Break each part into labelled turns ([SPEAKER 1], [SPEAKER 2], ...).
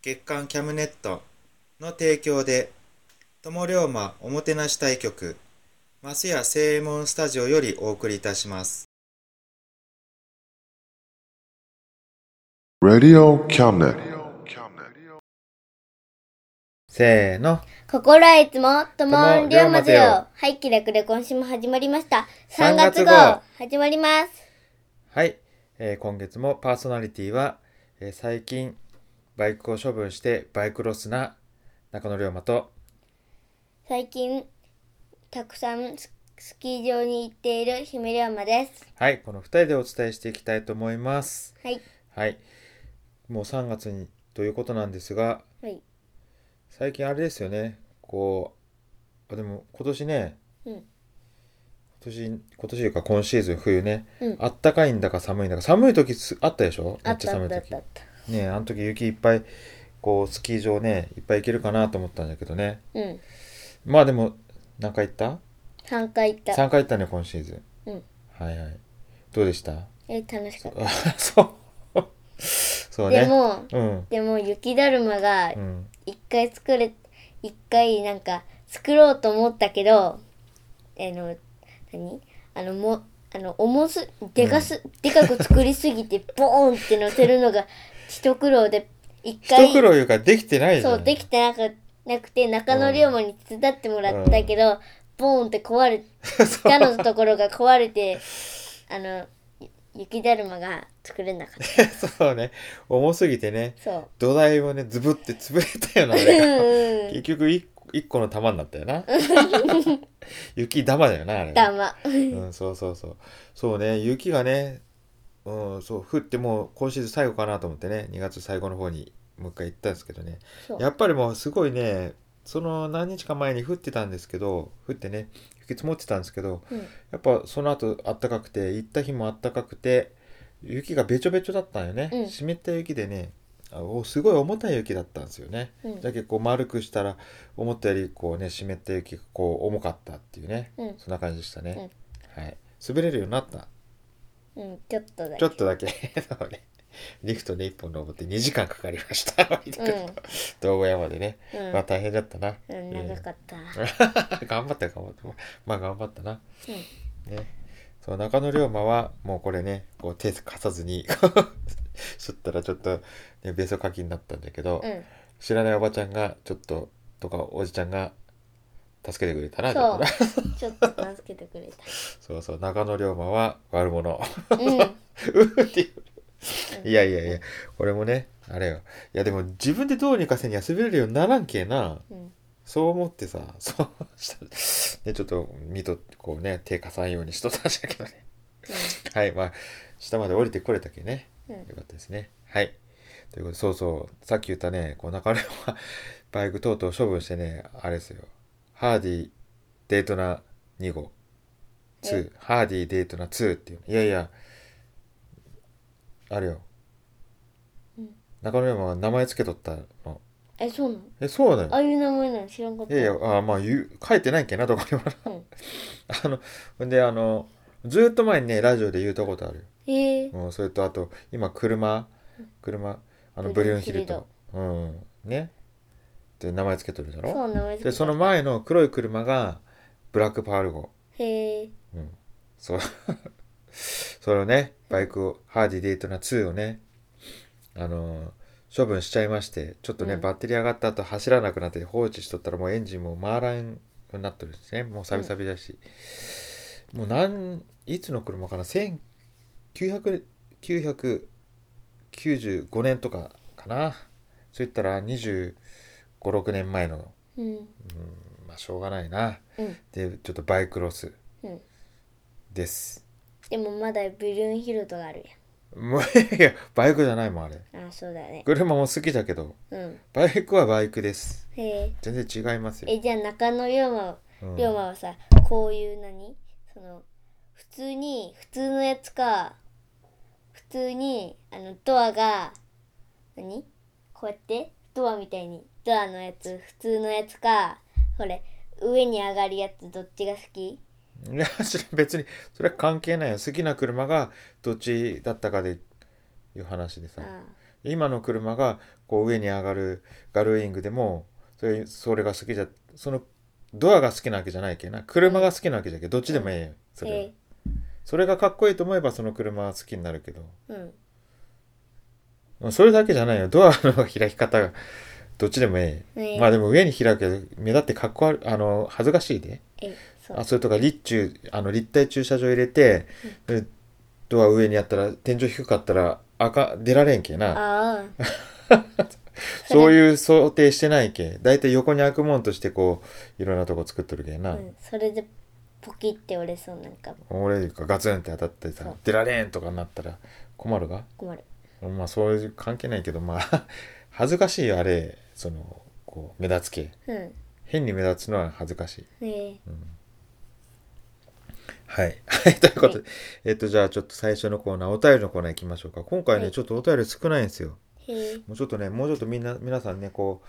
[SPEAKER 1] 月刊キャムネットの提供で、友龍馬おもてなし対局、マスヤ正右衛門スタジオよりお送りいたします。
[SPEAKER 2] Radio Cabinet.
[SPEAKER 1] せーの。
[SPEAKER 3] 心はいつも、ともんりょ
[SPEAKER 1] ともんりょ
[SPEAKER 3] うまぜ
[SPEAKER 1] うまぜよ
[SPEAKER 3] よ。はい、キラクレ今週も始まりました。
[SPEAKER 1] 3
[SPEAKER 3] 3
[SPEAKER 1] 月
[SPEAKER 3] 月
[SPEAKER 1] 号
[SPEAKER 3] 号、始まります。
[SPEAKER 1] はい、えー今月もパーソナリティは、えー最近バイクを処分してバイクロスな中野龍馬と
[SPEAKER 3] 最近、たくさんススキー場に行っている姫りょうまです。
[SPEAKER 1] はいこの2人でお伝えしていきたいと思います
[SPEAKER 3] はい。
[SPEAKER 1] はいもう3月にということなんですが
[SPEAKER 3] はい。
[SPEAKER 1] 最近あれですよねこうあでも今年ね、
[SPEAKER 3] うん
[SPEAKER 1] 今年今年というか今シーズン冬ね、
[SPEAKER 3] うん
[SPEAKER 1] あったかいんだか寒いんだか寒い時すあったでしょ
[SPEAKER 3] あ
[SPEAKER 1] めっ
[SPEAKER 3] っ
[SPEAKER 1] ちゃ
[SPEAKER 3] たあ
[SPEAKER 1] 寒
[SPEAKER 3] っ
[SPEAKER 1] い
[SPEAKER 3] たあっ
[SPEAKER 1] 時
[SPEAKER 3] たあった。
[SPEAKER 1] ねえあの時雪いっぱいこうスキー場ねいっぱい行けるかなと思ったんだけどね
[SPEAKER 3] うん。
[SPEAKER 1] まあでも何回行った
[SPEAKER 3] 3回行った。
[SPEAKER 1] ?3 回行ったね今シーズン
[SPEAKER 3] うん
[SPEAKER 1] はいはいどうでした
[SPEAKER 3] え、楽しかっ
[SPEAKER 1] あ そうそう
[SPEAKER 3] た。
[SPEAKER 1] ね
[SPEAKER 3] でも、
[SPEAKER 1] うん
[SPEAKER 3] でも雪だるまが
[SPEAKER 1] うん
[SPEAKER 3] 一回作れ、一回なんか作ろうと思ったけど、あの、何あの、も、あの、重す、でかす、でかく作りす ぎて、ボーンって乗せるのが一苦労で、一回、
[SPEAKER 1] 一苦労いうかできてないじゃん
[SPEAKER 3] そう、できてなくなくて、中野龍馬に手伝ってもらったけど、ボーンって 壊れ、板のところが壊れて、あの、ゆ雪だるまが作れなかった。
[SPEAKER 1] そうね重すぎてね
[SPEAKER 3] そう。
[SPEAKER 1] 土台をねズブって潰れたよ なあ
[SPEAKER 3] う
[SPEAKER 1] れ
[SPEAKER 3] んうん。
[SPEAKER 1] 結局一個一個の玉になったよ な雪玉だよなあれ
[SPEAKER 3] だま。
[SPEAKER 1] うん、そうそうそう。そうね、雪がね、うん、そう、降ってもう今シーズン最後かなと思ってね、2月最後の方にもう一回行ったんですけどね。
[SPEAKER 3] そう
[SPEAKER 1] やっぱりもうすごいね、その何日か前に降ってたんですけど、降ってね、雪積もってたんですけど、
[SPEAKER 3] うん
[SPEAKER 1] やっぱその後あったかくて、行った日もあったかくて、雪がべちょべちょだったんよね。
[SPEAKER 3] うん
[SPEAKER 1] 湿った雪でね、あおすごい重たい雪だったんですよね。
[SPEAKER 3] うん
[SPEAKER 1] だけどこう丸くしたら思ったよりこうね湿った雪がこう重かったっていうね、
[SPEAKER 3] うん
[SPEAKER 1] そんな感じでしたね、はい滑れるようになった
[SPEAKER 3] うん、ちょっとだけ。
[SPEAKER 1] ちょっとだけ そうねリフトで1本登って2時間かかりました 道後山でね、
[SPEAKER 3] うん
[SPEAKER 1] まあ大変だったな、
[SPEAKER 3] うん、長かった。
[SPEAKER 1] 頑張ったよ頑張ったまあ頑張ったなねそう中野龍馬はもうこれねこう手貸さずに しょったらちょっと、ね、ベソ書きになったんだけど、
[SPEAKER 3] うん、うん、
[SPEAKER 1] 知らないおばちゃんがちょっととかおじちゃんが助けてくれたなちょ
[SPEAKER 3] そ
[SPEAKER 1] っ
[SPEAKER 3] う
[SPEAKER 1] とな
[SPEAKER 3] ちょっと助けてくれ
[SPEAKER 1] そうそう中野龍馬は悪者
[SPEAKER 3] た。うん、
[SPEAKER 1] うーっていういやいやいやこれもねあれよいやでも自分でどうにかせには滑れるようにならんけえな
[SPEAKER 3] うん、
[SPEAKER 1] そう思ってさそうしたねちょっと見とこうね手貸さんようにしとったんじゃけどね はいまあ下まで降りてこれたけね
[SPEAKER 3] うん、
[SPEAKER 1] よかったですね。はい。ということで、そうそう、さっき言ったね、こう中根はバイク等々処分してね、あれですよ。ハーディーデートナ2号。2。ハーディーデートナ2っていう。いやいや、あれよ。
[SPEAKER 3] うん
[SPEAKER 1] 中野山は名前つけとったの。
[SPEAKER 3] え、そうなの
[SPEAKER 1] えそうだよ
[SPEAKER 3] ああいう名前なの知らんかっ
[SPEAKER 1] い
[SPEAKER 3] た。
[SPEAKER 1] やいや、あまあ言う、書いてないんけな、どこにもな。
[SPEAKER 3] うん
[SPEAKER 1] あの、ほんで、あの、ずっと前にね、ラジオで言ったことあるよ。
[SPEAKER 3] えー、
[SPEAKER 1] うん、それと、あと、今、車、車、あの、ブ
[SPEAKER 3] ブ
[SPEAKER 1] リュ
[SPEAKER 3] リュ
[SPEAKER 1] ン
[SPEAKER 3] ン
[SPEAKER 1] ヒ
[SPEAKER 3] ヒ
[SPEAKER 1] ル
[SPEAKER 3] ル
[SPEAKER 1] ト
[SPEAKER 3] ト。
[SPEAKER 1] うん、ね。って名前つけとるだ
[SPEAKER 3] そ
[SPEAKER 1] ろ。
[SPEAKER 3] う名前つけ
[SPEAKER 1] で、
[SPEAKER 3] た
[SPEAKER 1] その前の黒い車が、ブラックパール号。
[SPEAKER 3] へえ。
[SPEAKER 1] そう。それをね、バイクを、ハーディデイトナ2をね、あのー処分しちゃいまして、ちょっとね、
[SPEAKER 3] うん
[SPEAKER 1] バッテリー上がった後走らなくなって放置しとったらもうエンジンも回らんようになってるんですね。もうサビサビだし。もうなん、いつの車かな ?1900、995年とかかな。そういったら25、6年前の、
[SPEAKER 3] うん。
[SPEAKER 1] まあしょうがないな。
[SPEAKER 3] うん。
[SPEAKER 1] で、ちょっとバイクロス
[SPEAKER 3] うん。
[SPEAKER 1] です。
[SPEAKER 3] でもまだブリュンヒルトがある
[SPEAKER 1] もういやバイクじゃないもんあれ
[SPEAKER 3] やん。あ、そうだね。
[SPEAKER 1] 車も好きだけど
[SPEAKER 3] うん。
[SPEAKER 1] バイクはバイクです
[SPEAKER 3] へえ。
[SPEAKER 1] 全然違いますよ、
[SPEAKER 3] え、じゃあ中野龍馬は、
[SPEAKER 1] うん
[SPEAKER 3] 龍馬はさ、こういう何その、普通に、普通のやつか、普通に、あの、ドアが、何こうやって、ドアみたいに、ドアのやつ、普通のやつか、これ、上に上がるやつ、どっちが好き
[SPEAKER 1] いやそれ別にそれは関係ないよ好きな車がどっちだったかでいう話でさ
[SPEAKER 3] あ
[SPEAKER 1] 今の車がこう上に上がるガルウィングでもそれそれが好きじゃそのドアが好きなわけじゃないけどな車が好きなわけじゃけどどっちでもええよそ
[SPEAKER 3] あ。へ
[SPEAKER 1] れは
[SPEAKER 3] え。
[SPEAKER 1] それがかっこいいと思えばその車は好きになるけど
[SPEAKER 3] うん。
[SPEAKER 1] うんそれだけじゃないよ。ドアの開き方が、どっちでもええ。
[SPEAKER 3] ええ
[SPEAKER 1] まあでも上に開くけど、目立ってかっこ悪い、あの、恥ずかしいで。
[SPEAKER 3] え、そう
[SPEAKER 1] あ、。それとか、立中、あの、立体駐車場入れて、でドア上にやったら、天井低かったら、赤、出られんけな。
[SPEAKER 3] あ あ。
[SPEAKER 1] そういう想定してないけ。だいたい横に開くもんとして、こう、いろんなとこ作っとるけな。
[SPEAKER 3] うん、それでポキって折れそうなんか
[SPEAKER 1] 俺がガツンって当たってさ
[SPEAKER 3] そう、
[SPEAKER 1] 出られんとかなったら困るが。
[SPEAKER 3] 困る
[SPEAKER 1] まあ、そういう関係ないけど、まあ、 恥ずかしいよあれ、その、こう、目立つけ。
[SPEAKER 3] うん
[SPEAKER 1] 変に目立つのは恥ずかしい。
[SPEAKER 3] ねえ
[SPEAKER 1] はい。 はい、ということで、
[SPEAKER 3] は
[SPEAKER 1] えっと、じゃあちょっと最初のコーナー、お便りのコーナー行きましょうか。今回ね、
[SPEAKER 3] はい
[SPEAKER 1] ちょっとお便り少ないんですよ。
[SPEAKER 3] へえ
[SPEAKER 1] もうちょっとね、もうちょっとみんな、皆さんね、こう、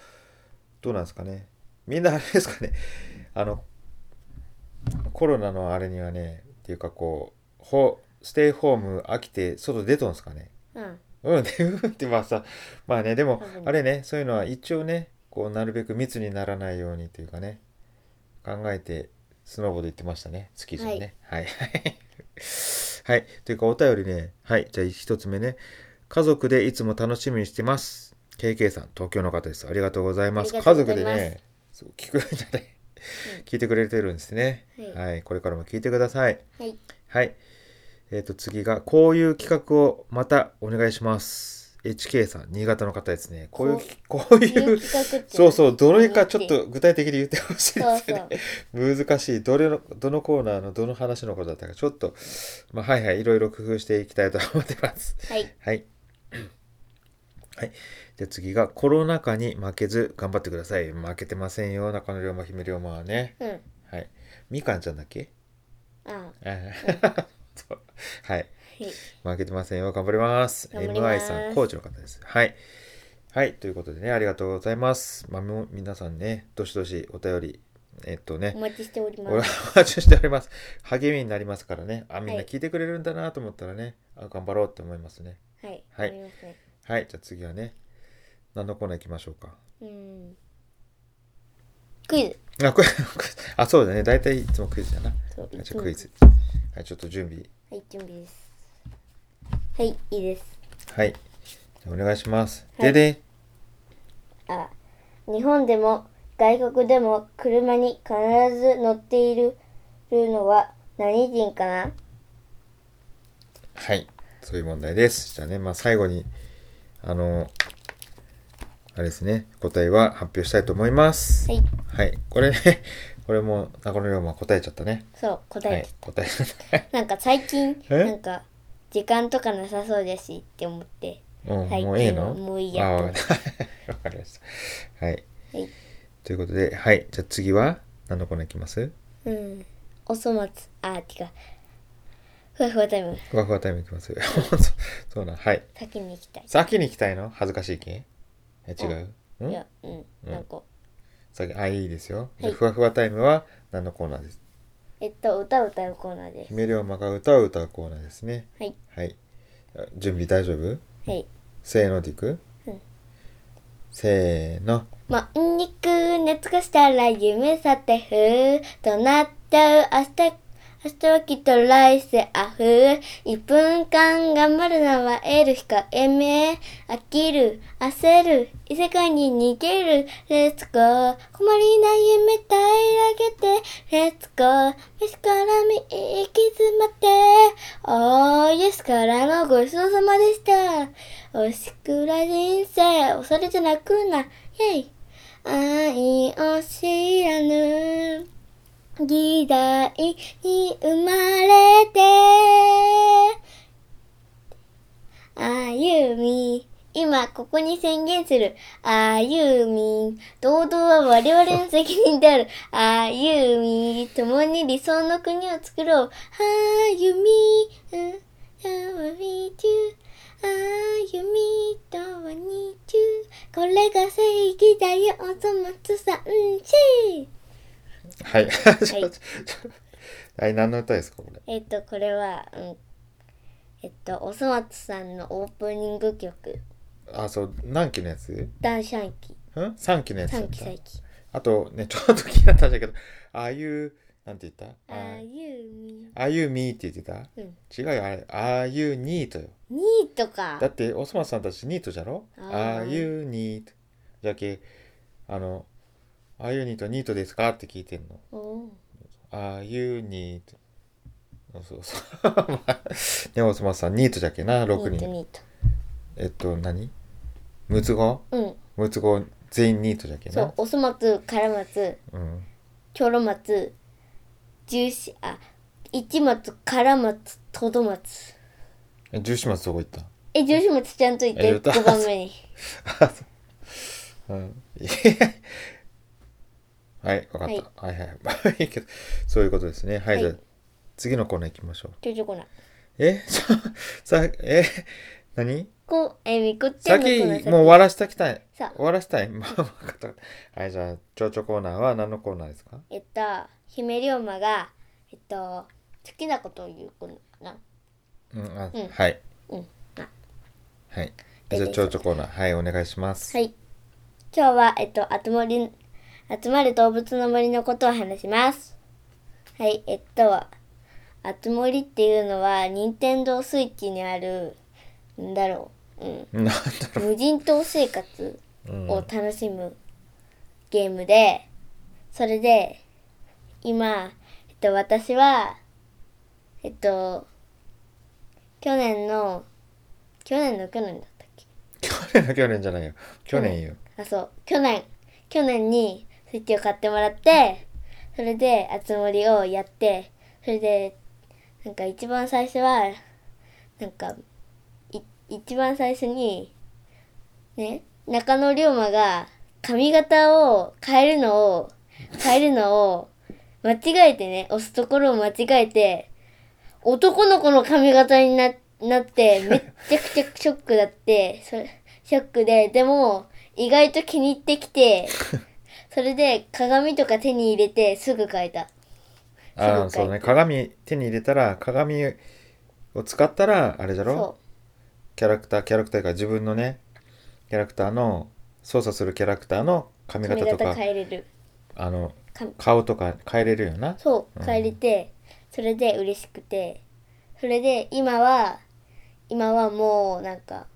[SPEAKER 1] どうなんですかね。みんなあれですかね、 あの、コロナのあれにはね、っていうかこう、ほステイホーム飽きて、外出とんですかね。
[SPEAKER 3] うん
[SPEAKER 1] うん、で、うんってまあさ、まあね、でも
[SPEAKER 3] 多、分
[SPEAKER 1] あれね、そういうのは一応ね、こう、なるべく密にならないようにというかね、考えて、スノボで言ってましたね、スキー場にね。はい。はい。 はい。というか、お便りね、はい。じゃあ、一つ目ね。家族でいつも楽しみにしてます。KK さん、東京の方です。ありがとうございます。
[SPEAKER 3] あ
[SPEAKER 1] 家
[SPEAKER 3] りがとう
[SPEAKER 1] 族
[SPEAKER 3] ござい
[SPEAKER 1] で
[SPEAKER 3] ます
[SPEAKER 1] ね、そう聞くんじゃない、聞いてくれてるんですね。
[SPEAKER 3] はい
[SPEAKER 1] はい。これからも聞いてください。
[SPEAKER 3] はい
[SPEAKER 1] はい。えっ、と、次が、こういう企画をまたお願いします。HK さん、新潟の方ですね。こういうき、こう
[SPEAKER 3] こう
[SPEAKER 1] い
[SPEAKER 3] いう
[SPEAKER 1] う、
[SPEAKER 3] 企画って
[SPEAKER 1] そうそう、どれかちょっと具体的に言ってほしい
[SPEAKER 3] そ
[SPEAKER 1] で
[SPEAKER 3] う
[SPEAKER 1] す
[SPEAKER 3] そ
[SPEAKER 1] よ
[SPEAKER 3] う
[SPEAKER 1] ね。 難しい。どれの、どのコーナーのどの話のことだったか、ちょっと、まあ、はいはい、いろいろ工夫していきたいと思ってます。
[SPEAKER 3] はい
[SPEAKER 1] はい。 はい。じゃあ次が、コロナ禍に負けず頑張ってください。負けてませんよ、中野龍馬、姫龍馬はね。
[SPEAKER 3] うん
[SPEAKER 1] はい。みかんちゃんだっけ
[SPEAKER 3] あ
[SPEAKER 1] あー そうはい。
[SPEAKER 3] はい
[SPEAKER 1] 負けてませんよ。頑張ります。
[SPEAKER 3] 頑張ります
[SPEAKER 1] MI さん、コーチの方です。はい。はい。ということでね、ありがとうございます。まあ、もう皆さんね、どしどしお便り、えっと
[SPEAKER 3] お
[SPEAKER 1] ね、
[SPEAKER 3] 待ちしており
[SPEAKER 1] お
[SPEAKER 3] ます
[SPEAKER 1] 待ちしております。励みになりますからね。あ、みんな
[SPEAKER 3] はい
[SPEAKER 1] 聞いてくれるんだなと思ったらね、あ頑張ろうって思いますね。
[SPEAKER 3] はい
[SPEAKER 1] はい
[SPEAKER 3] ありますね
[SPEAKER 1] はい。じゃあ次はね、何のコーナー行きましょうか。
[SPEAKER 3] うんクイズ
[SPEAKER 1] あ、これ、 あ、そうだね。大体いつもクイズだな。
[SPEAKER 3] そう
[SPEAKER 1] じゃ
[SPEAKER 3] いつ
[SPEAKER 1] あ
[SPEAKER 3] も
[SPEAKER 1] クイズ。はい、ちょっと準備。
[SPEAKER 3] はい準備ですはいいいです
[SPEAKER 1] はい。じゃあお願いします。
[SPEAKER 3] は
[SPEAKER 1] で
[SPEAKER 3] い
[SPEAKER 1] でん
[SPEAKER 3] あ日本でも外国でも車に必ず乗っているのは何人かな
[SPEAKER 1] はい。そういう問題です。じゃあね、まあ最後に、あの、あれですね、答えは発表したいと思います。
[SPEAKER 3] はい
[SPEAKER 1] はい。これね、 これも中野龍馬答えちゃったね。
[SPEAKER 3] そう答
[SPEAKER 1] は
[SPEAKER 3] え
[SPEAKER 1] い
[SPEAKER 3] て、
[SPEAKER 1] 答えちゃった。
[SPEAKER 3] なんか最近
[SPEAKER 1] え
[SPEAKER 3] なんか時間とかなさそうだしって思って
[SPEAKER 1] うん、
[SPEAKER 3] はい
[SPEAKER 1] もういいの
[SPEAKER 3] もういいや
[SPEAKER 1] あ
[SPEAKER 3] と
[SPEAKER 1] わかったわかりました。はい。
[SPEAKER 3] はい
[SPEAKER 1] ということで、はい。じゃあ次は、何のコーナーいきます
[SPEAKER 3] うんお粗末あてかふわふわタイム
[SPEAKER 1] ふわふわタイムいきます。 そうそうなん、はい。
[SPEAKER 3] 先に行きたい
[SPEAKER 1] 先に行きたいの恥ずかしいけえ、違う、
[SPEAKER 3] い
[SPEAKER 1] ん
[SPEAKER 3] やうん
[SPEAKER 1] うん
[SPEAKER 3] なんか
[SPEAKER 1] さっきあいいですよ、じゃあ
[SPEAKER 3] はい
[SPEAKER 1] ふわふわタイムは何のコーナーです
[SPEAKER 3] えっと歌を歌うコーナーです
[SPEAKER 1] 姫龍馬が歌を歌うコーナーですね
[SPEAKER 3] はい
[SPEAKER 1] はいあ準備大丈夫
[SPEAKER 3] はい
[SPEAKER 1] せーのでいく、
[SPEAKER 3] うん
[SPEAKER 1] せーの
[SPEAKER 3] まんにく熱がしたら夢さてふーとなっちゃう明日明日はきっと来世あふ1分間頑張るのは得る控えめ飽きる焦る異世界に逃げるレッツゴー困りない夢平らげてレッツゴー飯からみ行き詰まっておーイエスからのごちそうさまでしたおしくら人生恐れて泣くなイェイ愛を知らぬ時代に生まれて歩み今ここに宣言する歩み堂々は我々の責任である歩み共に理想の国を作ろう歩みうん歩み中歩みとはに中これが正義だよおそ松さんち
[SPEAKER 1] はい ちょちょはい何の歌ですかこれ
[SPEAKER 3] えっと、これは、うん、えっと、おそ松さんのオープニング曲、
[SPEAKER 1] あそう何期のやつ
[SPEAKER 3] ダンシャンキ、
[SPEAKER 1] ん ?3 期のやつだ
[SPEAKER 3] 短
[SPEAKER 1] っ
[SPEAKER 3] 期
[SPEAKER 1] た
[SPEAKER 3] 再起。
[SPEAKER 1] あとね ちょっと気になったんだけどああいうなんて言った
[SPEAKER 3] あゆみ。
[SPEAKER 1] あゆみーって言ってた
[SPEAKER 3] うん。
[SPEAKER 1] 違うよあれああいうニートよ
[SPEAKER 3] ニートか
[SPEAKER 1] だ。っておそ松さんたちニートじゃろ
[SPEAKER 3] あー
[SPEAKER 1] ああいうニートじゃけあのああいうニートニートですかって聞いてんの
[SPEAKER 3] うん。
[SPEAKER 1] ああいうニートそうそうねおそ松さんニートじゃけな
[SPEAKER 3] ニ
[SPEAKER 1] 6
[SPEAKER 3] ート、
[SPEAKER 1] 人
[SPEAKER 3] ニート。
[SPEAKER 1] えっと何6つ子
[SPEAKER 3] うん。
[SPEAKER 1] 6つ子全員ニートじゃけ
[SPEAKER 3] そ
[SPEAKER 1] な
[SPEAKER 3] う、おそ松、から松、
[SPEAKER 1] うん
[SPEAKER 3] ちょろ松、十四、あ、一松、から松、とど松。
[SPEAKER 1] え十四松どこ行った
[SPEAKER 3] え、十四松ちゃんと言っ
[SPEAKER 1] え
[SPEAKER 3] て、
[SPEAKER 1] 言った
[SPEAKER 3] 5番目に。
[SPEAKER 1] あそううん、 はい、わかった。はい、はい、はい、い いけど、そういうことですね。はい、
[SPEAKER 3] はい
[SPEAKER 1] じゃあ、次のコーナー行きましょう。
[SPEAKER 3] ちょちょこな。
[SPEAKER 1] え、 ちょ、さ、え、何
[SPEAKER 3] こ、えみこちゃんの
[SPEAKER 1] 先、
[SPEAKER 3] こ
[SPEAKER 1] も
[SPEAKER 3] の
[SPEAKER 1] う終わらしたきたい。
[SPEAKER 3] さ
[SPEAKER 1] 終わらしたい。 まあ、わかった。はい、じゃあ、蝶々コーナーは何のコーナーですか
[SPEAKER 3] えっと、姫龍馬が、えっと、好きなことを言う子な。
[SPEAKER 1] うん、あ、
[SPEAKER 3] うん
[SPEAKER 1] はい。
[SPEAKER 3] うん。あ
[SPEAKER 1] はい。じゃあ、蝶々コーナー、はい、お願いします。
[SPEAKER 3] はい。今日は、えっと、集まり、集まる動物の森のことを話します。はい、えっと、あつ森っていうのは、任天堂スイッチにある、なんだろう、うん、
[SPEAKER 1] なんだろ
[SPEAKER 3] 無人島生活
[SPEAKER 1] う。うん
[SPEAKER 3] を楽しむゲームで、それで、今、えっと、私は、えっと、去年の、去年の去年だったっけ
[SPEAKER 1] 去年の去年じゃないよ。去年よ。
[SPEAKER 3] あ、そう。去年、去年にスイッチを買ってもらって、それで、あつ森をやって、それで、なんか一番最初は、なんか、い一番最初に、ね、中野龍馬が髪型を変えるのを、変えるのを、間違えてね、押すところを間違えて、男の子の髪型にななって、めっちゃくちゃショックだって、それショックで、でも、意外と気に入ってき て、それで鏡とか手に入れてすぐ変えた。
[SPEAKER 1] あ
[SPEAKER 3] そうか
[SPEAKER 1] あそうね鏡手に入れたら鏡を使ったらあれじゃろ
[SPEAKER 3] そ
[SPEAKER 1] キャラクターキャラクターが自分のねキャラクターの操作するキャラクターの
[SPEAKER 3] う。
[SPEAKER 1] 髪
[SPEAKER 3] 髪
[SPEAKER 1] 型と
[SPEAKER 3] 型
[SPEAKER 1] か
[SPEAKER 3] 変えれる。
[SPEAKER 1] あの
[SPEAKER 3] 髪
[SPEAKER 1] 顔とか変えれるよな
[SPEAKER 3] そう、変えれて、それで嬉しくて、それで今は、今はもうなんか、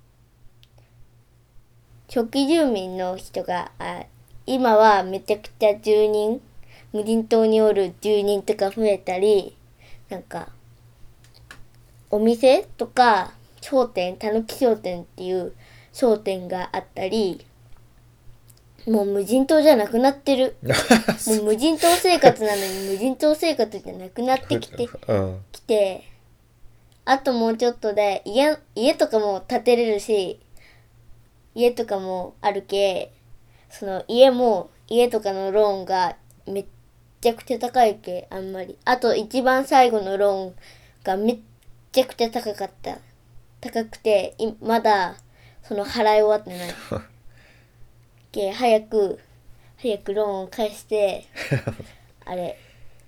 [SPEAKER 3] 初期住民の人が、あ今はめちゃくちゃ住人、無人島におる住人とか増えたり、なんか、お店とか、商店、たぬき商店っていう商店があったり、もう無人島じゃなくなってる。もう無人島生活なのに無人島生活じゃなくなってきて
[SPEAKER 1] うん
[SPEAKER 3] きてあともうちょっとで家家とかも建てれるし家とかもあるけその家も家とかのローンがめっちゃくちゃ高いけあんまりあと一番最後のローンがめっちゃくちゃ高かった高くていまだその払い終わってないけで早く早くローンを返してあれ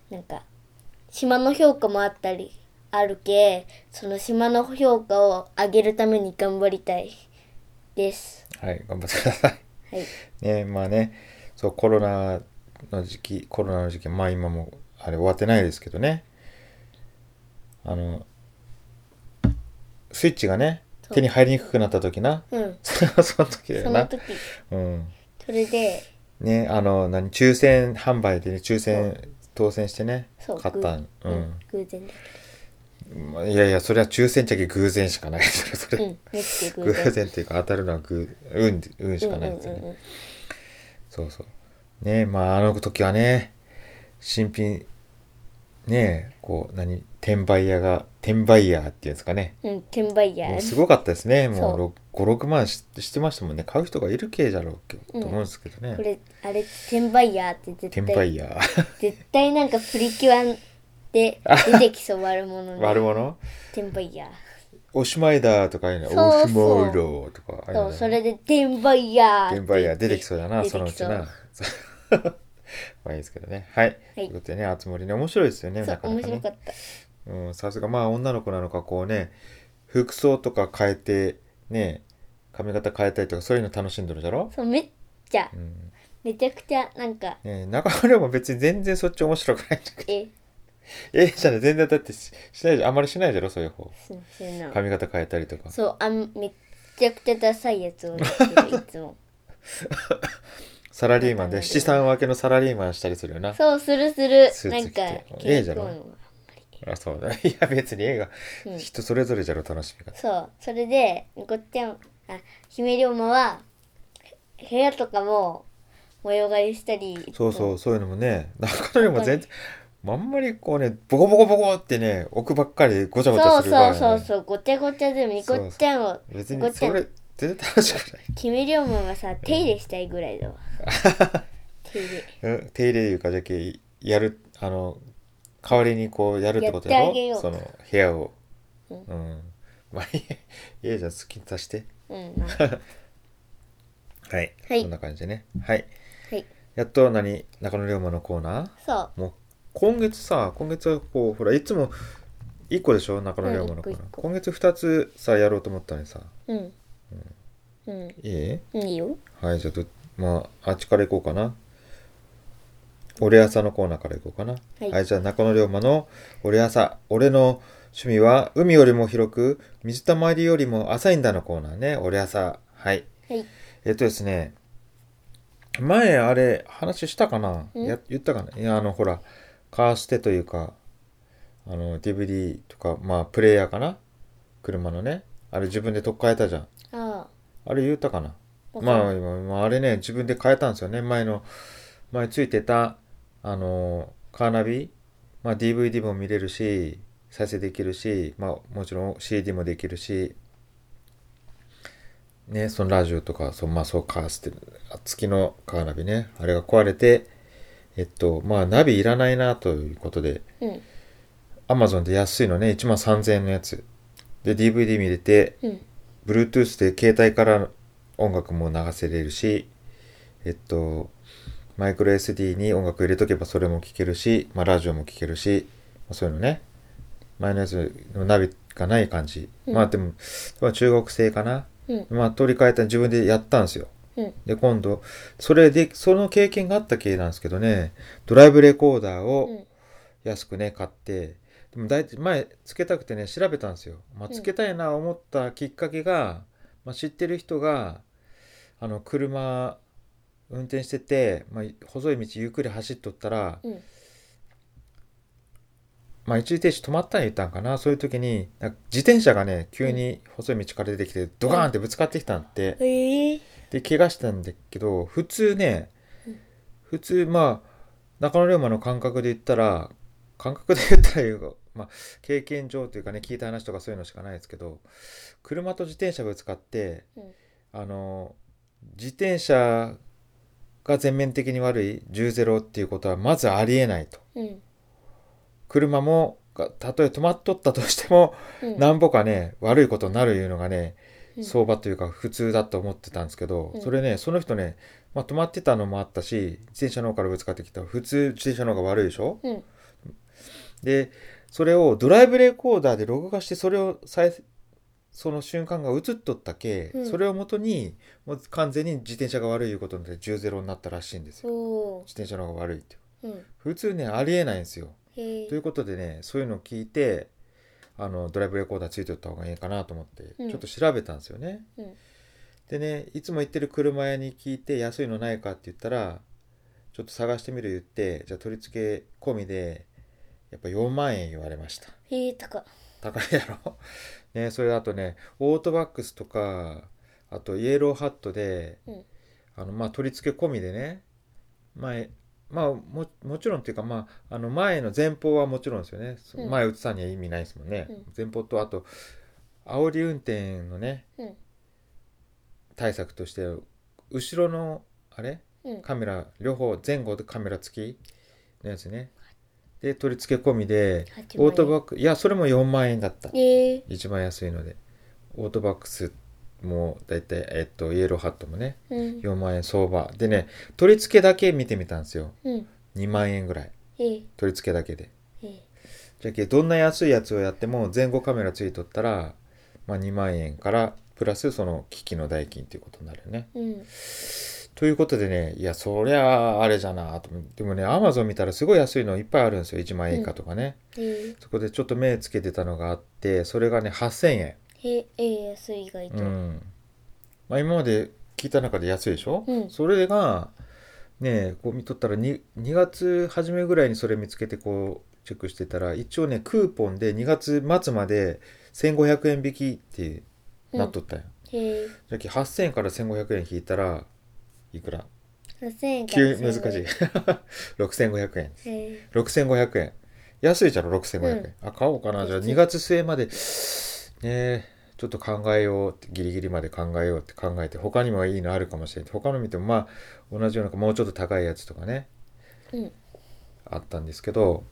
[SPEAKER 3] なんか島の評価もあったりあるけその島の評価を上げるために頑張りたいです
[SPEAKER 1] はい、頑張ってください。
[SPEAKER 3] はい
[SPEAKER 1] ね、まあね、そう、コロナの時期、コロナの時期、まあ今も、あれ終わってないですけどね、あの、スイッチがね、
[SPEAKER 3] そう
[SPEAKER 1] 手に入りにくくなった時な、
[SPEAKER 3] うん
[SPEAKER 1] その時だよ
[SPEAKER 3] その
[SPEAKER 1] な。
[SPEAKER 3] 時
[SPEAKER 1] うん。
[SPEAKER 3] それで
[SPEAKER 1] ね、あの、何、抽選販売でね、抽選当選してね
[SPEAKER 3] そ、う
[SPEAKER 1] 買ったん
[SPEAKER 3] ぐ。
[SPEAKER 1] う
[SPEAKER 3] 偶然だ
[SPEAKER 1] ん。まあいやいや、それは抽選じゃけ偶然しかない。それ、それ
[SPEAKER 3] うんめっちゃ偶
[SPEAKER 1] 偶
[SPEAKER 3] 然
[SPEAKER 1] 然っていうか当たるのは偶運、運しかないですよね。
[SPEAKER 3] うんうんうんうん
[SPEAKER 1] そうそう。ねえ、まああの時はね、新品、ねえ、こう、何、転売屋が、転売屋っていうんですかね。
[SPEAKER 3] うん、転売ヤ
[SPEAKER 1] もうす
[SPEAKER 3] ー。
[SPEAKER 1] ごかったですね。
[SPEAKER 3] そ
[SPEAKER 1] も
[SPEAKER 3] う
[SPEAKER 1] うろ5、6万ししてましたもんね。買う人がいるけだろうけど、と思うんですけどね
[SPEAKER 3] こ。れ、あれ、転売ヤーって
[SPEAKER 1] 転
[SPEAKER 3] 絶対、
[SPEAKER 1] 売屋。
[SPEAKER 3] 絶対なんかプリキュアで出てきそう、悪者に。
[SPEAKER 1] 悪者
[SPEAKER 3] 転売ヤー。
[SPEAKER 1] おしまいだとかいうの、
[SPEAKER 3] そうそう
[SPEAKER 1] おしまいだとかああいう
[SPEAKER 3] そ
[SPEAKER 1] の
[SPEAKER 3] う、
[SPEAKER 1] ね。
[SPEAKER 3] それで転売ヤーって言って。
[SPEAKER 1] 転売屋出てきそうだな、
[SPEAKER 3] 出
[SPEAKER 1] そ
[SPEAKER 3] て
[SPEAKER 1] のう
[SPEAKER 3] き
[SPEAKER 1] ち
[SPEAKER 3] そ
[SPEAKER 1] な
[SPEAKER 3] う。。
[SPEAKER 1] そうまあいいですけどね。はい。と
[SPEAKER 3] はいいう
[SPEAKER 1] ことでね、あつ森ね、面白いですよね、
[SPEAKER 3] そ
[SPEAKER 1] な
[SPEAKER 3] う、
[SPEAKER 1] かな
[SPEAKER 3] 面
[SPEAKER 1] か
[SPEAKER 3] 白
[SPEAKER 1] ね
[SPEAKER 3] か。った。
[SPEAKER 1] うん、さすがまあ女の子なのかこうね服装とか変えてね髪型変えたりとかそういうの楽しんでるじゃろ、
[SPEAKER 3] そう、めっちゃ
[SPEAKER 1] う、ん
[SPEAKER 3] めちゃくちゃ、なんか、
[SPEAKER 1] ね、中村も別に全然そっち面白くないん だけど
[SPEAKER 3] え、
[SPEAKER 1] ええじゃない全然だってししないじゃんあんまりしないじゃろそういう方
[SPEAKER 3] すんすんな。
[SPEAKER 1] 髪型変えたりとか
[SPEAKER 3] そう、あん、めっちゃくちゃダサいやつを見てる、い つも。
[SPEAKER 1] サラリーマンで
[SPEAKER 3] なんかね
[SPEAKER 1] 七三分けのサラリーマンしたりするよな
[SPEAKER 3] そう、するする
[SPEAKER 1] ス。ー
[SPEAKER 3] な
[SPEAKER 1] ツ
[SPEAKER 3] ん
[SPEAKER 1] 着て
[SPEAKER 3] か、
[SPEAKER 1] ええじゃろ
[SPEAKER 3] 結構
[SPEAKER 1] あそうだ いや別に映画、
[SPEAKER 3] うん
[SPEAKER 1] 人それぞれじゃろ楽しみが
[SPEAKER 3] そうそれでにこっちゃんあ姫龍馬はへ部屋とかも模様替えしたり
[SPEAKER 1] そうそう
[SPEAKER 3] う
[SPEAKER 1] そういうのもね中村も全然あんまりこうねボコボコボコってね奥ばっかりでごちゃごち
[SPEAKER 3] そ
[SPEAKER 1] ゃ
[SPEAKER 3] う
[SPEAKER 1] する場合
[SPEAKER 3] そ
[SPEAKER 1] は
[SPEAKER 3] う
[SPEAKER 1] ね
[SPEAKER 3] そうそうごちゃごちゃでもにこっちゃんを
[SPEAKER 1] 別
[SPEAKER 3] こっ
[SPEAKER 1] に
[SPEAKER 3] ち
[SPEAKER 1] それ全然楽しく
[SPEAKER 3] 姫龍馬がさ手入れしたいぐらいだ わ手入れ
[SPEAKER 1] ない、うん、手入れいうかじゃけやるあの代わりにこうやるってこと
[SPEAKER 3] やってあげよう
[SPEAKER 1] その部屋をう
[SPEAKER 3] うんん、
[SPEAKER 1] まあいいやいいじゃん好きに足して
[SPEAKER 3] うんまあ
[SPEAKER 1] はい、
[SPEAKER 3] はい
[SPEAKER 1] こんな感じでねはい
[SPEAKER 3] はい
[SPEAKER 1] やっと何中野龍馬のコーナ
[SPEAKER 3] そう
[SPEAKER 1] ーもう今月さ今月はこうほらいつも1個でしょ中野龍馬のコーナー
[SPEAKER 3] うん一個一個
[SPEAKER 1] 今月2つさやろうと思ったのにさ
[SPEAKER 3] うんうん
[SPEAKER 1] いい
[SPEAKER 3] うんいいよ
[SPEAKER 1] はい、じゃあど、まあ、あっちから行こうかな。俺朝のコーナーから行こうかな。は、
[SPEAKER 3] はいい
[SPEAKER 1] じゃあ中野龍馬の俺朝、俺の趣味は海よりも広く、水たまりよりも浅いんだのコーナーね。俺朝。はい。
[SPEAKER 3] はい
[SPEAKER 1] えっとですね、前あれ話したかなや言ったかないや、あの、ほら、カーステというか、あの、DVD とか、まあ、プレイヤーかな車のね。あれ自分で取っ換えたじゃん。
[SPEAKER 3] あ
[SPEAKER 1] あれ言ったかな
[SPEAKER 3] わかん
[SPEAKER 1] まあ、
[SPEAKER 3] ない
[SPEAKER 1] 今まああれね、自分で変えたんですよね。前の、前ついてた、あのー、カーナビ、まあ DVD も見れるし、再生できるし、まあもちろん CD もできるし、ね、そのラジオとか、そのまあそうカーステ、あ月のカーナビね、あれが壊れて、えっと、まあナビいらないなということで、
[SPEAKER 3] あうん
[SPEAKER 1] アマゾンで安いのね、1万3000円のやつ。で、DVD 見れて、
[SPEAKER 3] うん
[SPEAKER 1] Bluetooth で携帯から音楽も流せれるし、えっと、マイクロ SD に音楽入れとけばそれも聴けるし、まあ、ラジオも聴けるし、まあそういうのね。前のやつのナビがない感じ。
[SPEAKER 3] うん
[SPEAKER 1] まあでも、まあ中国製かな。
[SPEAKER 3] うん
[SPEAKER 1] まあ取り替えた自分でやったんですよ。
[SPEAKER 3] うん
[SPEAKER 1] で、今度、それで、その経験があった系なんですけどね、ドライブレコーダーを、
[SPEAKER 3] うん
[SPEAKER 1] 安くね買ってでも大体前つけたくてね調べたんですよ、まあ、
[SPEAKER 3] うん
[SPEAKER 1] つけたいな思ったきっかけが、まあ、知ってる人があの車運転してて、まあ、細い道ゆっくり走っとったら、
[SPEAKER 3] うん
[SPEAKER 1] まあ、一時停止止まったん言ったんかなそういう時になんか自転車がね急に細い道から出てきてドカーンってぶつかってきたんって、
[SPEAKER 3] ええ
[SPEAKER 1] で怪我したんだけど普通ね普通まあ中野龍馬の感覚で言ったら感覚で言ったらいうか、まあ、経験上というかね聞いた話とかそういうのしかないですけど車と自転車ぶつかって、
[SPEAKER 3] うん
[SPEAKER 1] あの自転車が全面的に悪い10ゼロっていうことはまずありえないと
[SPEAKER 3] うん
[SPEAKER 1] 車もがたとえ止まっとったとしても
[SPEAKER 3] うん
[SPEAKER 1] なんぼかね悪いことになるいうのがね相場というか普通だと思ってたんですけど、
[SPEAKER 3] うん
[SPEAKER 1] それねその人ね、まあ、止まってたのもあったし自転車の方からぶつかってきた普通自転車の方が悪いでしょ
[SPEAKER 3] うん
[SPEAKER 1] でそれをドライブレコーダーで録画してそれを再その瞬間が映っとったけ、
[SPEAKER 3] うん
[SPEAKER 1] それをもとにもう完全に自転車が悪いいうことになって10ゼロになったらしいんですよ
[SPEAKER 3] そ
[SPEAKER 1] 自転車の方が悪いって
[SPEAKER 3] ううん
[SPEAKER 1] 普通ねありえないんですよ
[SPEAKER 3] へえ
[SPEAKER 1] ということでねそういうのを聞いてあのドライブレコーダーついておった方がいいかなと思って、
[SPEAKER 3] うん
[SPEAKER 1] ちょっと調べたんですよね。
[SPEAKER 3] うん
[SPEAKER 1] でねいつも行ってる車屋に聞いて安いのないかって言ったらちょっと探してみる言ってじゃあ取り付け込みでやっぱ4万円言われました
[SPEAKER 3] へえ高っ
[SPEAKER 1] 高いやろ ねそれであとねオートバックスとかあとイエローハットで、
[SPEAKER 3] うん
[SPEAKER 1] あのまあ取り付け込みでね前まあももちろんっていうかまああの前の前方はもちろんですよね、そ
[SPEAKER 3] うん
[SPEAKER 1] 前映さんには意味ないですもんね、
[SPEAKER 3] うん
[SPEAKER 1] 前方とあと煽り運転のね
[SPEAKER 3] うん
[SPEAKER 1] 対策として後ろのあれ
[SPEAKER 3] うん
[SPEAKER 1] カメラ両方前後でカメラ付きのやつねで取り付け込みで
[SPEAKER 3] 8万
[SPEAKER 1] オ
[SPEAKER 3] 円
[SPEAKER 1] ートバックいやそれも4万円だった
[SPEAKER 3] へえ
[SPEAKER 1] 一番安いのでオートバックスもだいたいえっとイエローハットもね
[SPEAKER 3] うん
[SPEAKER 1] 4万円相場でね取り付けだけ見てみたんですよ
[SPEAKER 3] うん
[SPEAKER 1] 2万円ぐらい
[SPEAKER 3] へえ
[SPEAKER 1] 取り付けだけで
[SPEAKER 3] へえ
[SPEAKER 1] じゃけどんな安いやつをやっても前後カメラついとったら、まあ、2万円からプラスその機器の代金っていうことになるよね
[SPEAKER 3] うん
[SPEAKER 1] ということでねいやそりゃああれじゃなと思ってでもねアマゾン見たらすごい安いのいっぱいあるんですよ1万円以下とかね、
[SPEAKER 3] へえ
[SPEAKER 1] そこでちょっと目つけてたのがあってそれがね8000円
[SPEAKER 3] へえええ安い意外と
[SPEAKER 1] う
[SPEAKER 3] うん
[SPEAKER 1] んまあ、今まで聞いた中で安いでしょ、
[SPEAKER 3] うん
[SPEAKER 1] それがねこう見とったら 2, 2月初めぐらいにそれ見つけてこうチェックしてたら一応ねクーポンで2月末まで1500円引きってなっとったよ、
[SPEAKER 3] へえ
[SPEAKER 1] じゃき8000円から1500円引いたらいくら
[SPEAKER 3] 8000円から
[SPEAKER 1] 急に難しい 6500円
[SPEAKER 3] いへえ
[SPEAKER 1] 6500円安いじゃろ6500円、あ買おうかなじゃあ2月末までねえちょっと考えようってギリギリまで考えようって考えて他にもいいのあるかもしれない他の見てもまあ同じようなもうちょっと高いやつとかね
[SPEAKER 3] うん
[SPEAKER 1] あったんですけど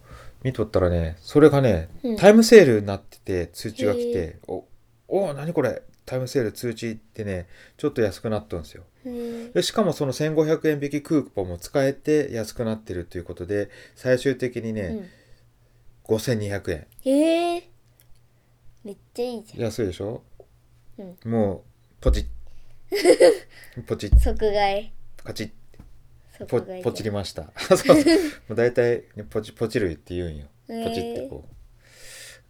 [SPEAKER 1] 見とったらねそれがね
[SPEAKER 3] うん
[SPEAKER 1] タイムセールになってて通知が来
[SPEAKER 3] へ
[SPEAKER 1] て「おお何これタイムセール通知」ってねちょっと安くなったんですよ。
[SPEAKER 3] へえ
[SPEAKER 1] でしかもその1500円引きクーポンも使えて安くなってるということで最終的にね、
[SPEAKER 3] うん
[SPEAKER 1] 5200円
[SPEAKER 3] へえめっちゃいいじ
[SPEAKER 1] 安いでしょ、
[SPEAKER 3] うん
[SPEAKER 1] もうポチ ッポチッ
[SPEAKER 3] ゃん即買い
[SPEAKER 1] カチッポ
[SPEAKER 3] 即買い
[SPEAKER 1] ポチりました そうそうもう大体、ね、ポチポチ類って言うんよ
[SPEAKER 3] へえ
[SPEAKER 1] ポチってこう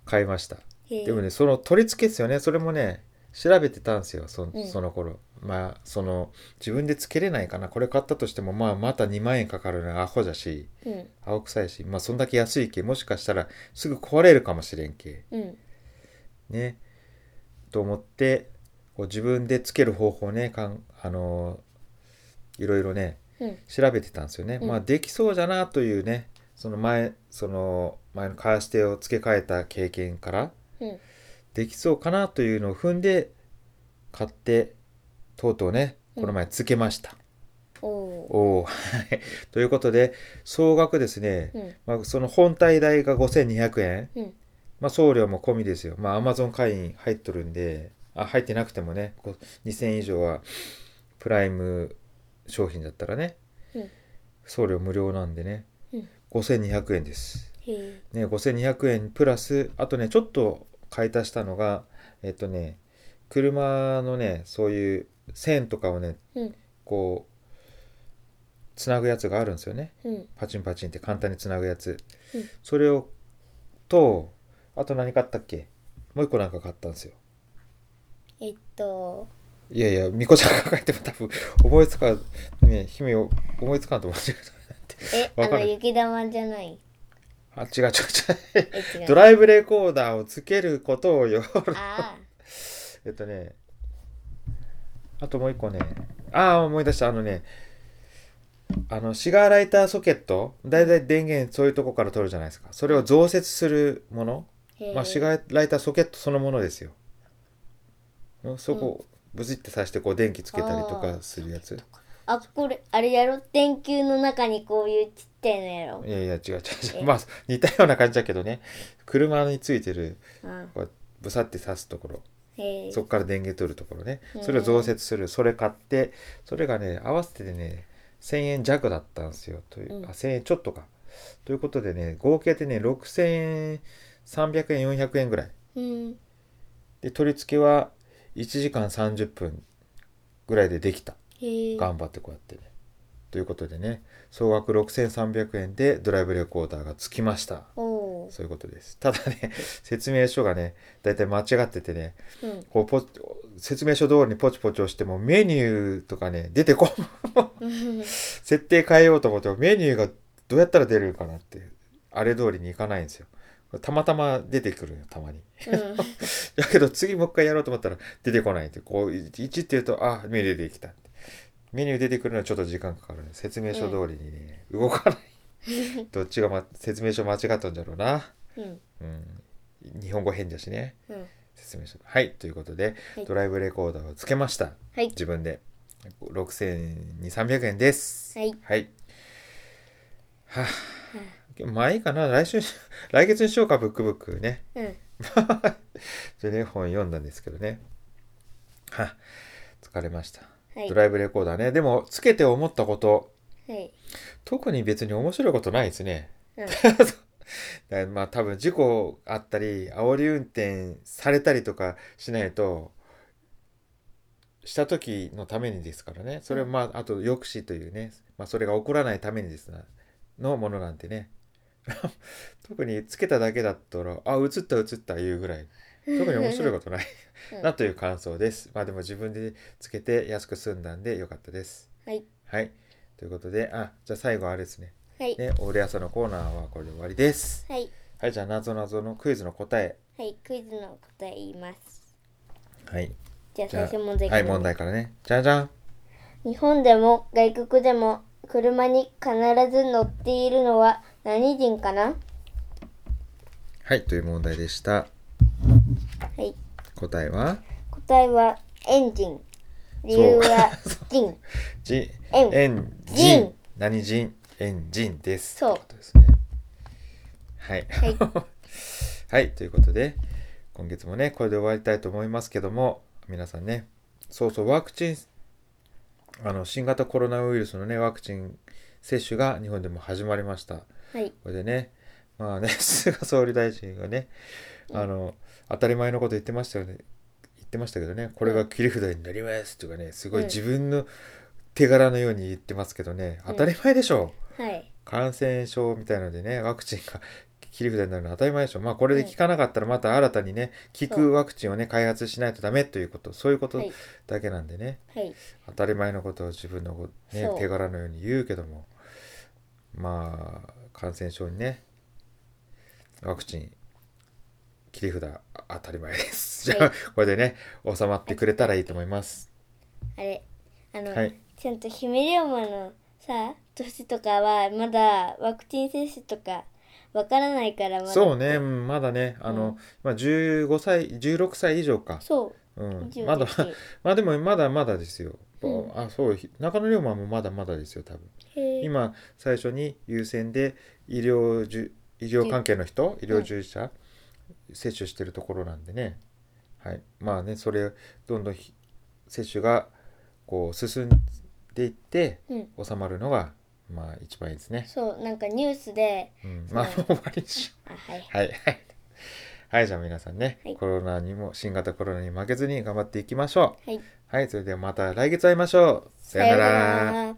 [SPEAKER 1] 買いました
[SPEAKER 3] へえ
[SPEAKER 1] でもねその取り付けですよねそれもね調べてたんですよそ
[SPEAKER 3] うん
[SPEAKER 1] その頃、まあその自分で付けれないかなこれ買ったとしてもまあまた2万円かかるのはアホじゃし
[SPEAKER 3] うん
[SPEAKER 1] 青臭いしまあそんだけ安いけもしかしたらすぐ壊れるかもしれんけ
[SPEAKER 3] うん
[SPEAKER 1] ねと思ってこう自分でつける方法をねかんあのーいろいろね
[SPEAKER 3] うん
[SPEAKER 1] 調べてたんですよね、
[SPEAKER 3] うん
[SPEAKER 1] まあできそうじゃなというねその前その前のカーステを付け替えた経験から
[SPEAKER 3] うん
[SPEAKER 1] できそうかなというのを踏んで買ってとうとうねこの前つけました、
[SPEAKER 3] おお
[SPEAKER 1] おおはい ということで総額ですね、
[SPEAKER 3] うん
[SPEAKER 1] まあ、その本体代が5200円、
[SPEAKER 3] うん
[SPEAKER 1] まあ、送料も込みですよ。まあ、アマゾン会員入っとるんで、あ、入ってなくてもね、こう2000円以上はプライム商品だったらね、
[SPEAKER 3] うん
[SPEAKER 1] 送料無料なんでね、
[SPEAKER 3] うん
[SPEAKER 1] 5200円です。
[SPEAKER 3] へえ
[SPEAKER 1] ね、5200円プラス、あとね、ちょっと買い足したのが、えっとね、車のね、そういう線とかをね、
[SPEAKER 3] うん
[SPEAKER 1] こう、つなぐやつがあるんですよね。
[SPEAKER 3] うん
[SPEAKER 1] パチンパチンって簡単につなぐやつ、
[SPEAKER 3] うん
[SPEAKER 1] それをとあと何買ったっけもう一個なんか買ったんですよ
[SPEAKER 3] えっと
[SPEAKER 1] いやいやみこちゃんが書いても 多分思いつかんね姫を思いつかんと思っちゃ
[SPEAKER 3] え
[SPEAKER 1] わ
[SPEAKER 3] あ
[SPEAKER 1] か
[SPEAKER 3] の
[SPEAKER 1] る
[SPEAKER 3] 雪玉じゃない
[SPEAKER 1] あ違う違う違う
[SPEAKER 3] え違
[SPEAKER 1] ド
[SPEAKER 3] う
[SPEAKER 1] ライブレコーダーをつけることをよ
[SPEAKER 3] あ
[SPEAKER 1] えっとねあともう一個ねああ思い出したあのねあのシガーライターソケットだいたい電源そういうとこから取るじゃないですかそれを増設するもの
[SPEAKER 3] あへえ
[SPEAKER 1] まあ、シガーライターソケットそのものですよ。そこをブチって刺してこう電気つけたりとかするやつ。
[SPEAKER 3] あこれあれやろ電球の中にこういうちっちゃいのやろ
[SPEAKER 1] いやいや違う違う違
[SPEAKER 3] え
[SPEAKER 1] う。まあ似たような感じだけどね。車についてる
[SPEAKER 3] うん
[SPEAKER 1] こうブサって刺すところ。
[SPEAKER 3] へへえ
[SPEAKER 1] そこから電源取るところね
[SPEAKER 3] うん
[SPEAKER 1] それを増設するそれ買ってそれがね合わせてね1,000円弱だったんですよという、
[SPEAKER 3] うん
[SPEAKER 1] あ1,000円ちょっとかということでね合計でね6,000円300円400円ぐらい
[SPEAKER 3] うん
[SPEAKER 1] で取り付けは1時間30分ぐらいでできた
[SPEAKER 3] へえ
[SPEAKER 1] 頑張ってこうやってねということでね総額6300円でドライブレコーダーがつきました
[SPEAKER 3] おお
[SPEAKER 1] そういうことですただね 説明書がねだいたい間違っててね
[SPEAKER 3] ーうん
[SPEAKER 1] こうポチ説明書通りにポチポチ押してもメニューとかね出てこん
[SPEAKER 3] うん
[SPEAKER 1] 設定変えようと思ってもメニューがどうやったら出るかなってあれ通りにいかないんですよたまたま出てくるよたまにだけど次もう一回やろうと思ったら出てこないってこう1って言うとあメニュー出てきたメニュー出てくるのはちょっと時間かかるね説明書通りにね、動かない どっちが、ま、説明書間違ったんだろうな、
[SPEAKER 3] うん
[SPEAKER 1] うん、日本語変だしね
[SPEAKER 3] うん
[SPEAKER 1] 説明書はいということで、
[SPEAKER 3] はい
[SPEAKER 1] ドライブレコーダーをつけました
[SPEAKER 3] はい
[SPEAKER 1] 自分で6200円です
[SPEAKER 3] はい
[SPEAKER 1] はいはあまあいいかな来週 来月にしようかブックブックね
[SPEAKER 3] うん
[SPEAKER 1] でね本読んだんですけどねは疲れました、
[SPEAKER 3] はい
[SPEAKER 1] ドライブレコーダーねでもつけて思ったこと
[SPEAKER 3] はい
[SPEAKER 1] 特に別に面白いことないですね、
[SPEAKER 3] うん
[SPEAKER 1] だからまあ多分事故あったり煽り運転されたりとかしないとした時のためにですからねそれはまああと抑止というね、まあ、それが起こらないためにですなのものなんてね 特につけただけだったらあ映った映ったいうぐらい特に面白いことない
[SPEAKER 3] うん
[SPEAKER 1] なという感想です。まあでも自分でつけて安く済んだんでよかったです。
[SPEAKER 3] はい
[SPEAKER 1] はい。ということで、あ、じゃあ最後あれですね。
[SPEAKER 3] はい
[SPEAKER 1] ね、オール朝のコーナーはこれで終わりです。
[SPEAKER 3] はい
[SPEAKER 1] はい、じゃあなぞなぞのクイズの答え。
[SPEAKER 3] はいクイズの答え言います
[SPEAKER 1] はい。
[SPEAKER 3] じゃあ
[SPEAKER 1] じゃ
[SPEAKER 3] 最
[SPEAKER 1] あ
[SPEAKER 3] 初問題
[SPEAKER 1] は
[SPEAKER 3] か
[SPEAKER 1] い、
[SPEAKER 3] ら
[SPEAKER 1] 問題からね。じゃじゃん。
[SPEAKER 3] 日本でも外国でも車に必ず乗っているのは何人かな
[SPEAKER 1] はい、という問題でした。
[SPEAKER 3] はい
[SPEAKER 1] 答えは
[SPEAKER 3] 答えはエンジン理由はジン
[SPEAKER 1] じ、
[SPEAKER 3] エン
[SPEAKER 1] エンジ
[SPEAKER 3] ジ
[SPEAKER 1] ン
[SPEAKER 3] ン。
[SPEAKER 1] 何人エンジンです。
[SPEAKER 3] そ
[SPEAKER 1] っ
[SPEAKER 3] う
[SPEAKER 1] てことですね。はい。
[SPEAKER 3] い
[SPEAKER 1] はい、ということで、今月もね、これで終わりたいと思いますけども、皆さんね、そうそう、ワクチン、あの、新型コロナウイルスのね、ワクチン接種が日本でも始まりました。
[SPEAKER 3] はい
[SPEAKER 1] これでね、まあね、 菅総理大臣がね、あの、当たり前のこと言ってましたよね。言ってましたけどね、これが切り札になりますとかね、すごい
[SPEAKER 3] うん
[SPEAKER 1] 自分の手柄のように言ってますけどね、当たり前でしょう。
[SPEAKER 3] はい
[SPEAKER 1] 感染症みたいのでね、ワクチンが 切り札になるのは当たり前でしょう。まあこれで効かなかったらまた新たにね、効
[SPEAKER 3] そ
[SPEAKER 1] く
[SPEAKER 3] う
[SPEAKER 1] ワクチンをね、開発しないとダメということ、そういうこと
[SPEAKER 3] はい
[SPEAKER 1] だけなんでね。
[SPEAKER 3] はい
[SPEAKER 1] 当たり前のことを自分のこ、ね
[SPEAKER 3] そ、う
[SPEAKER 1] 手柄のように言うけどもまあ感染症にねワクチン切り札あ当たり前ですじゃあ、
[SPEAKER 3] はい
[SPEAKER 1] これでね収まってくれたらいいと思います
[SPEAKER 3] あれあの、
[SPEAKER 1] はい
[SPEAKER 3] ちゃんとヒメリオマのさ年とかはまだワクチン接種とかわからないからまだ
[SPEAKER 1] そうねうんまだねあの、まあ15歳16歳以上か、
[SPEAKER 3] そううん十、
[SPEAKER 1] まだ
[SPEAKER 3] 19
[SPEAKER 1] まあでもまだまだですよ、
[SPEAKER 3] うん
[SPEAKER 1] あそうひ中野龍馬もまだまだですよ多分
[SPEAKER 3] へえ
[SPEAKER 1] 今最初に優先で医療じゅ医療関係の人医療従事者、接種してるところなんでね、はい、まあねそれどんどんひ接種がこう進んでいって
[SPEAKER 3] うん
[SPEAKER 1] 収まるのがまあ一番いいですね、
[SPEAKER 3] そうなんかニュースで
[SPEAKER 1] うん、まあも
[SPEAKER 3] そう
[SPEAKER 1] う終わりにしよう
[SPEAKER 3] あはい
[SPEAKER 1] はいはいはいじゃあ皆さんね、
[SPEAKER 3] はい
[SPEAKER 1] コロナにも新型コロナに負けずに頑張っていきましょ
[SPEAKER 3] はいう
[SPEAKER 1] はいそれではまた来月会いましょうさようなら
[SPEAKER 3] ら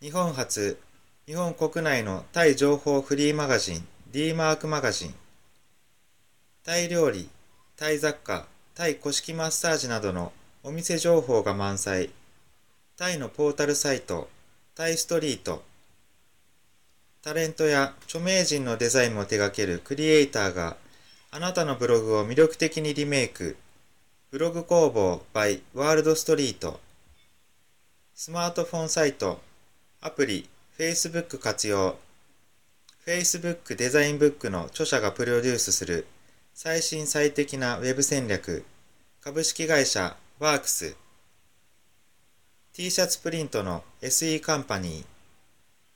[SPEAKER 4] 日本初日本国内のタイ情報フリーマガジン D マークマガジンタイ料理、タイ雑貨、タイ古式マッサージなどのお店情報が満載。タイのポータルサイト、タイストリート。タレントや著名人のデザインも手掛けるクリエイターが
[SPEAKER 1] あなたのブログを魅力的にリメイク。ブログ工房 by ワールドストリート。スマートフォンサイト、アプリ、Facebook 活用。Facebook デザインブックの著者がプロデュースする最新最適なウェブ戦略。株式会社ワークス。T シャツプリントの SE カンパニー。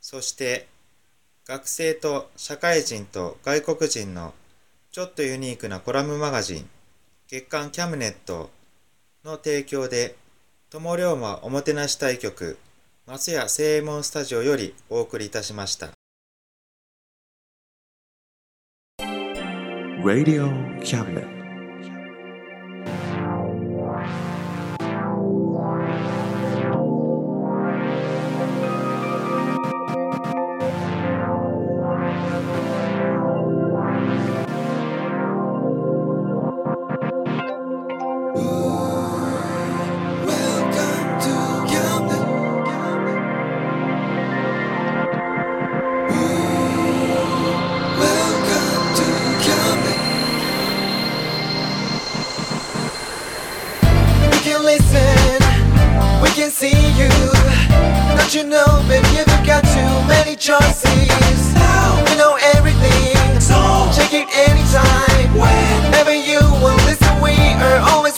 [SPEAKER 1] そして、学生と社会人と外国人のちょっとユニークなコラムマガジン、月刊キャムネットの提供で、友龍馬おもてなし対局、松屋正右衛門スタジオよりお送りいたしました。
[SPEAKER 2] Radio Cabinet.
[SPEAKER 5] Welcome to We can listen, we can see you. Don't you know, baby, you've got too many choices. Now we know everything, so check it anytime. Whenever you will listen, we are always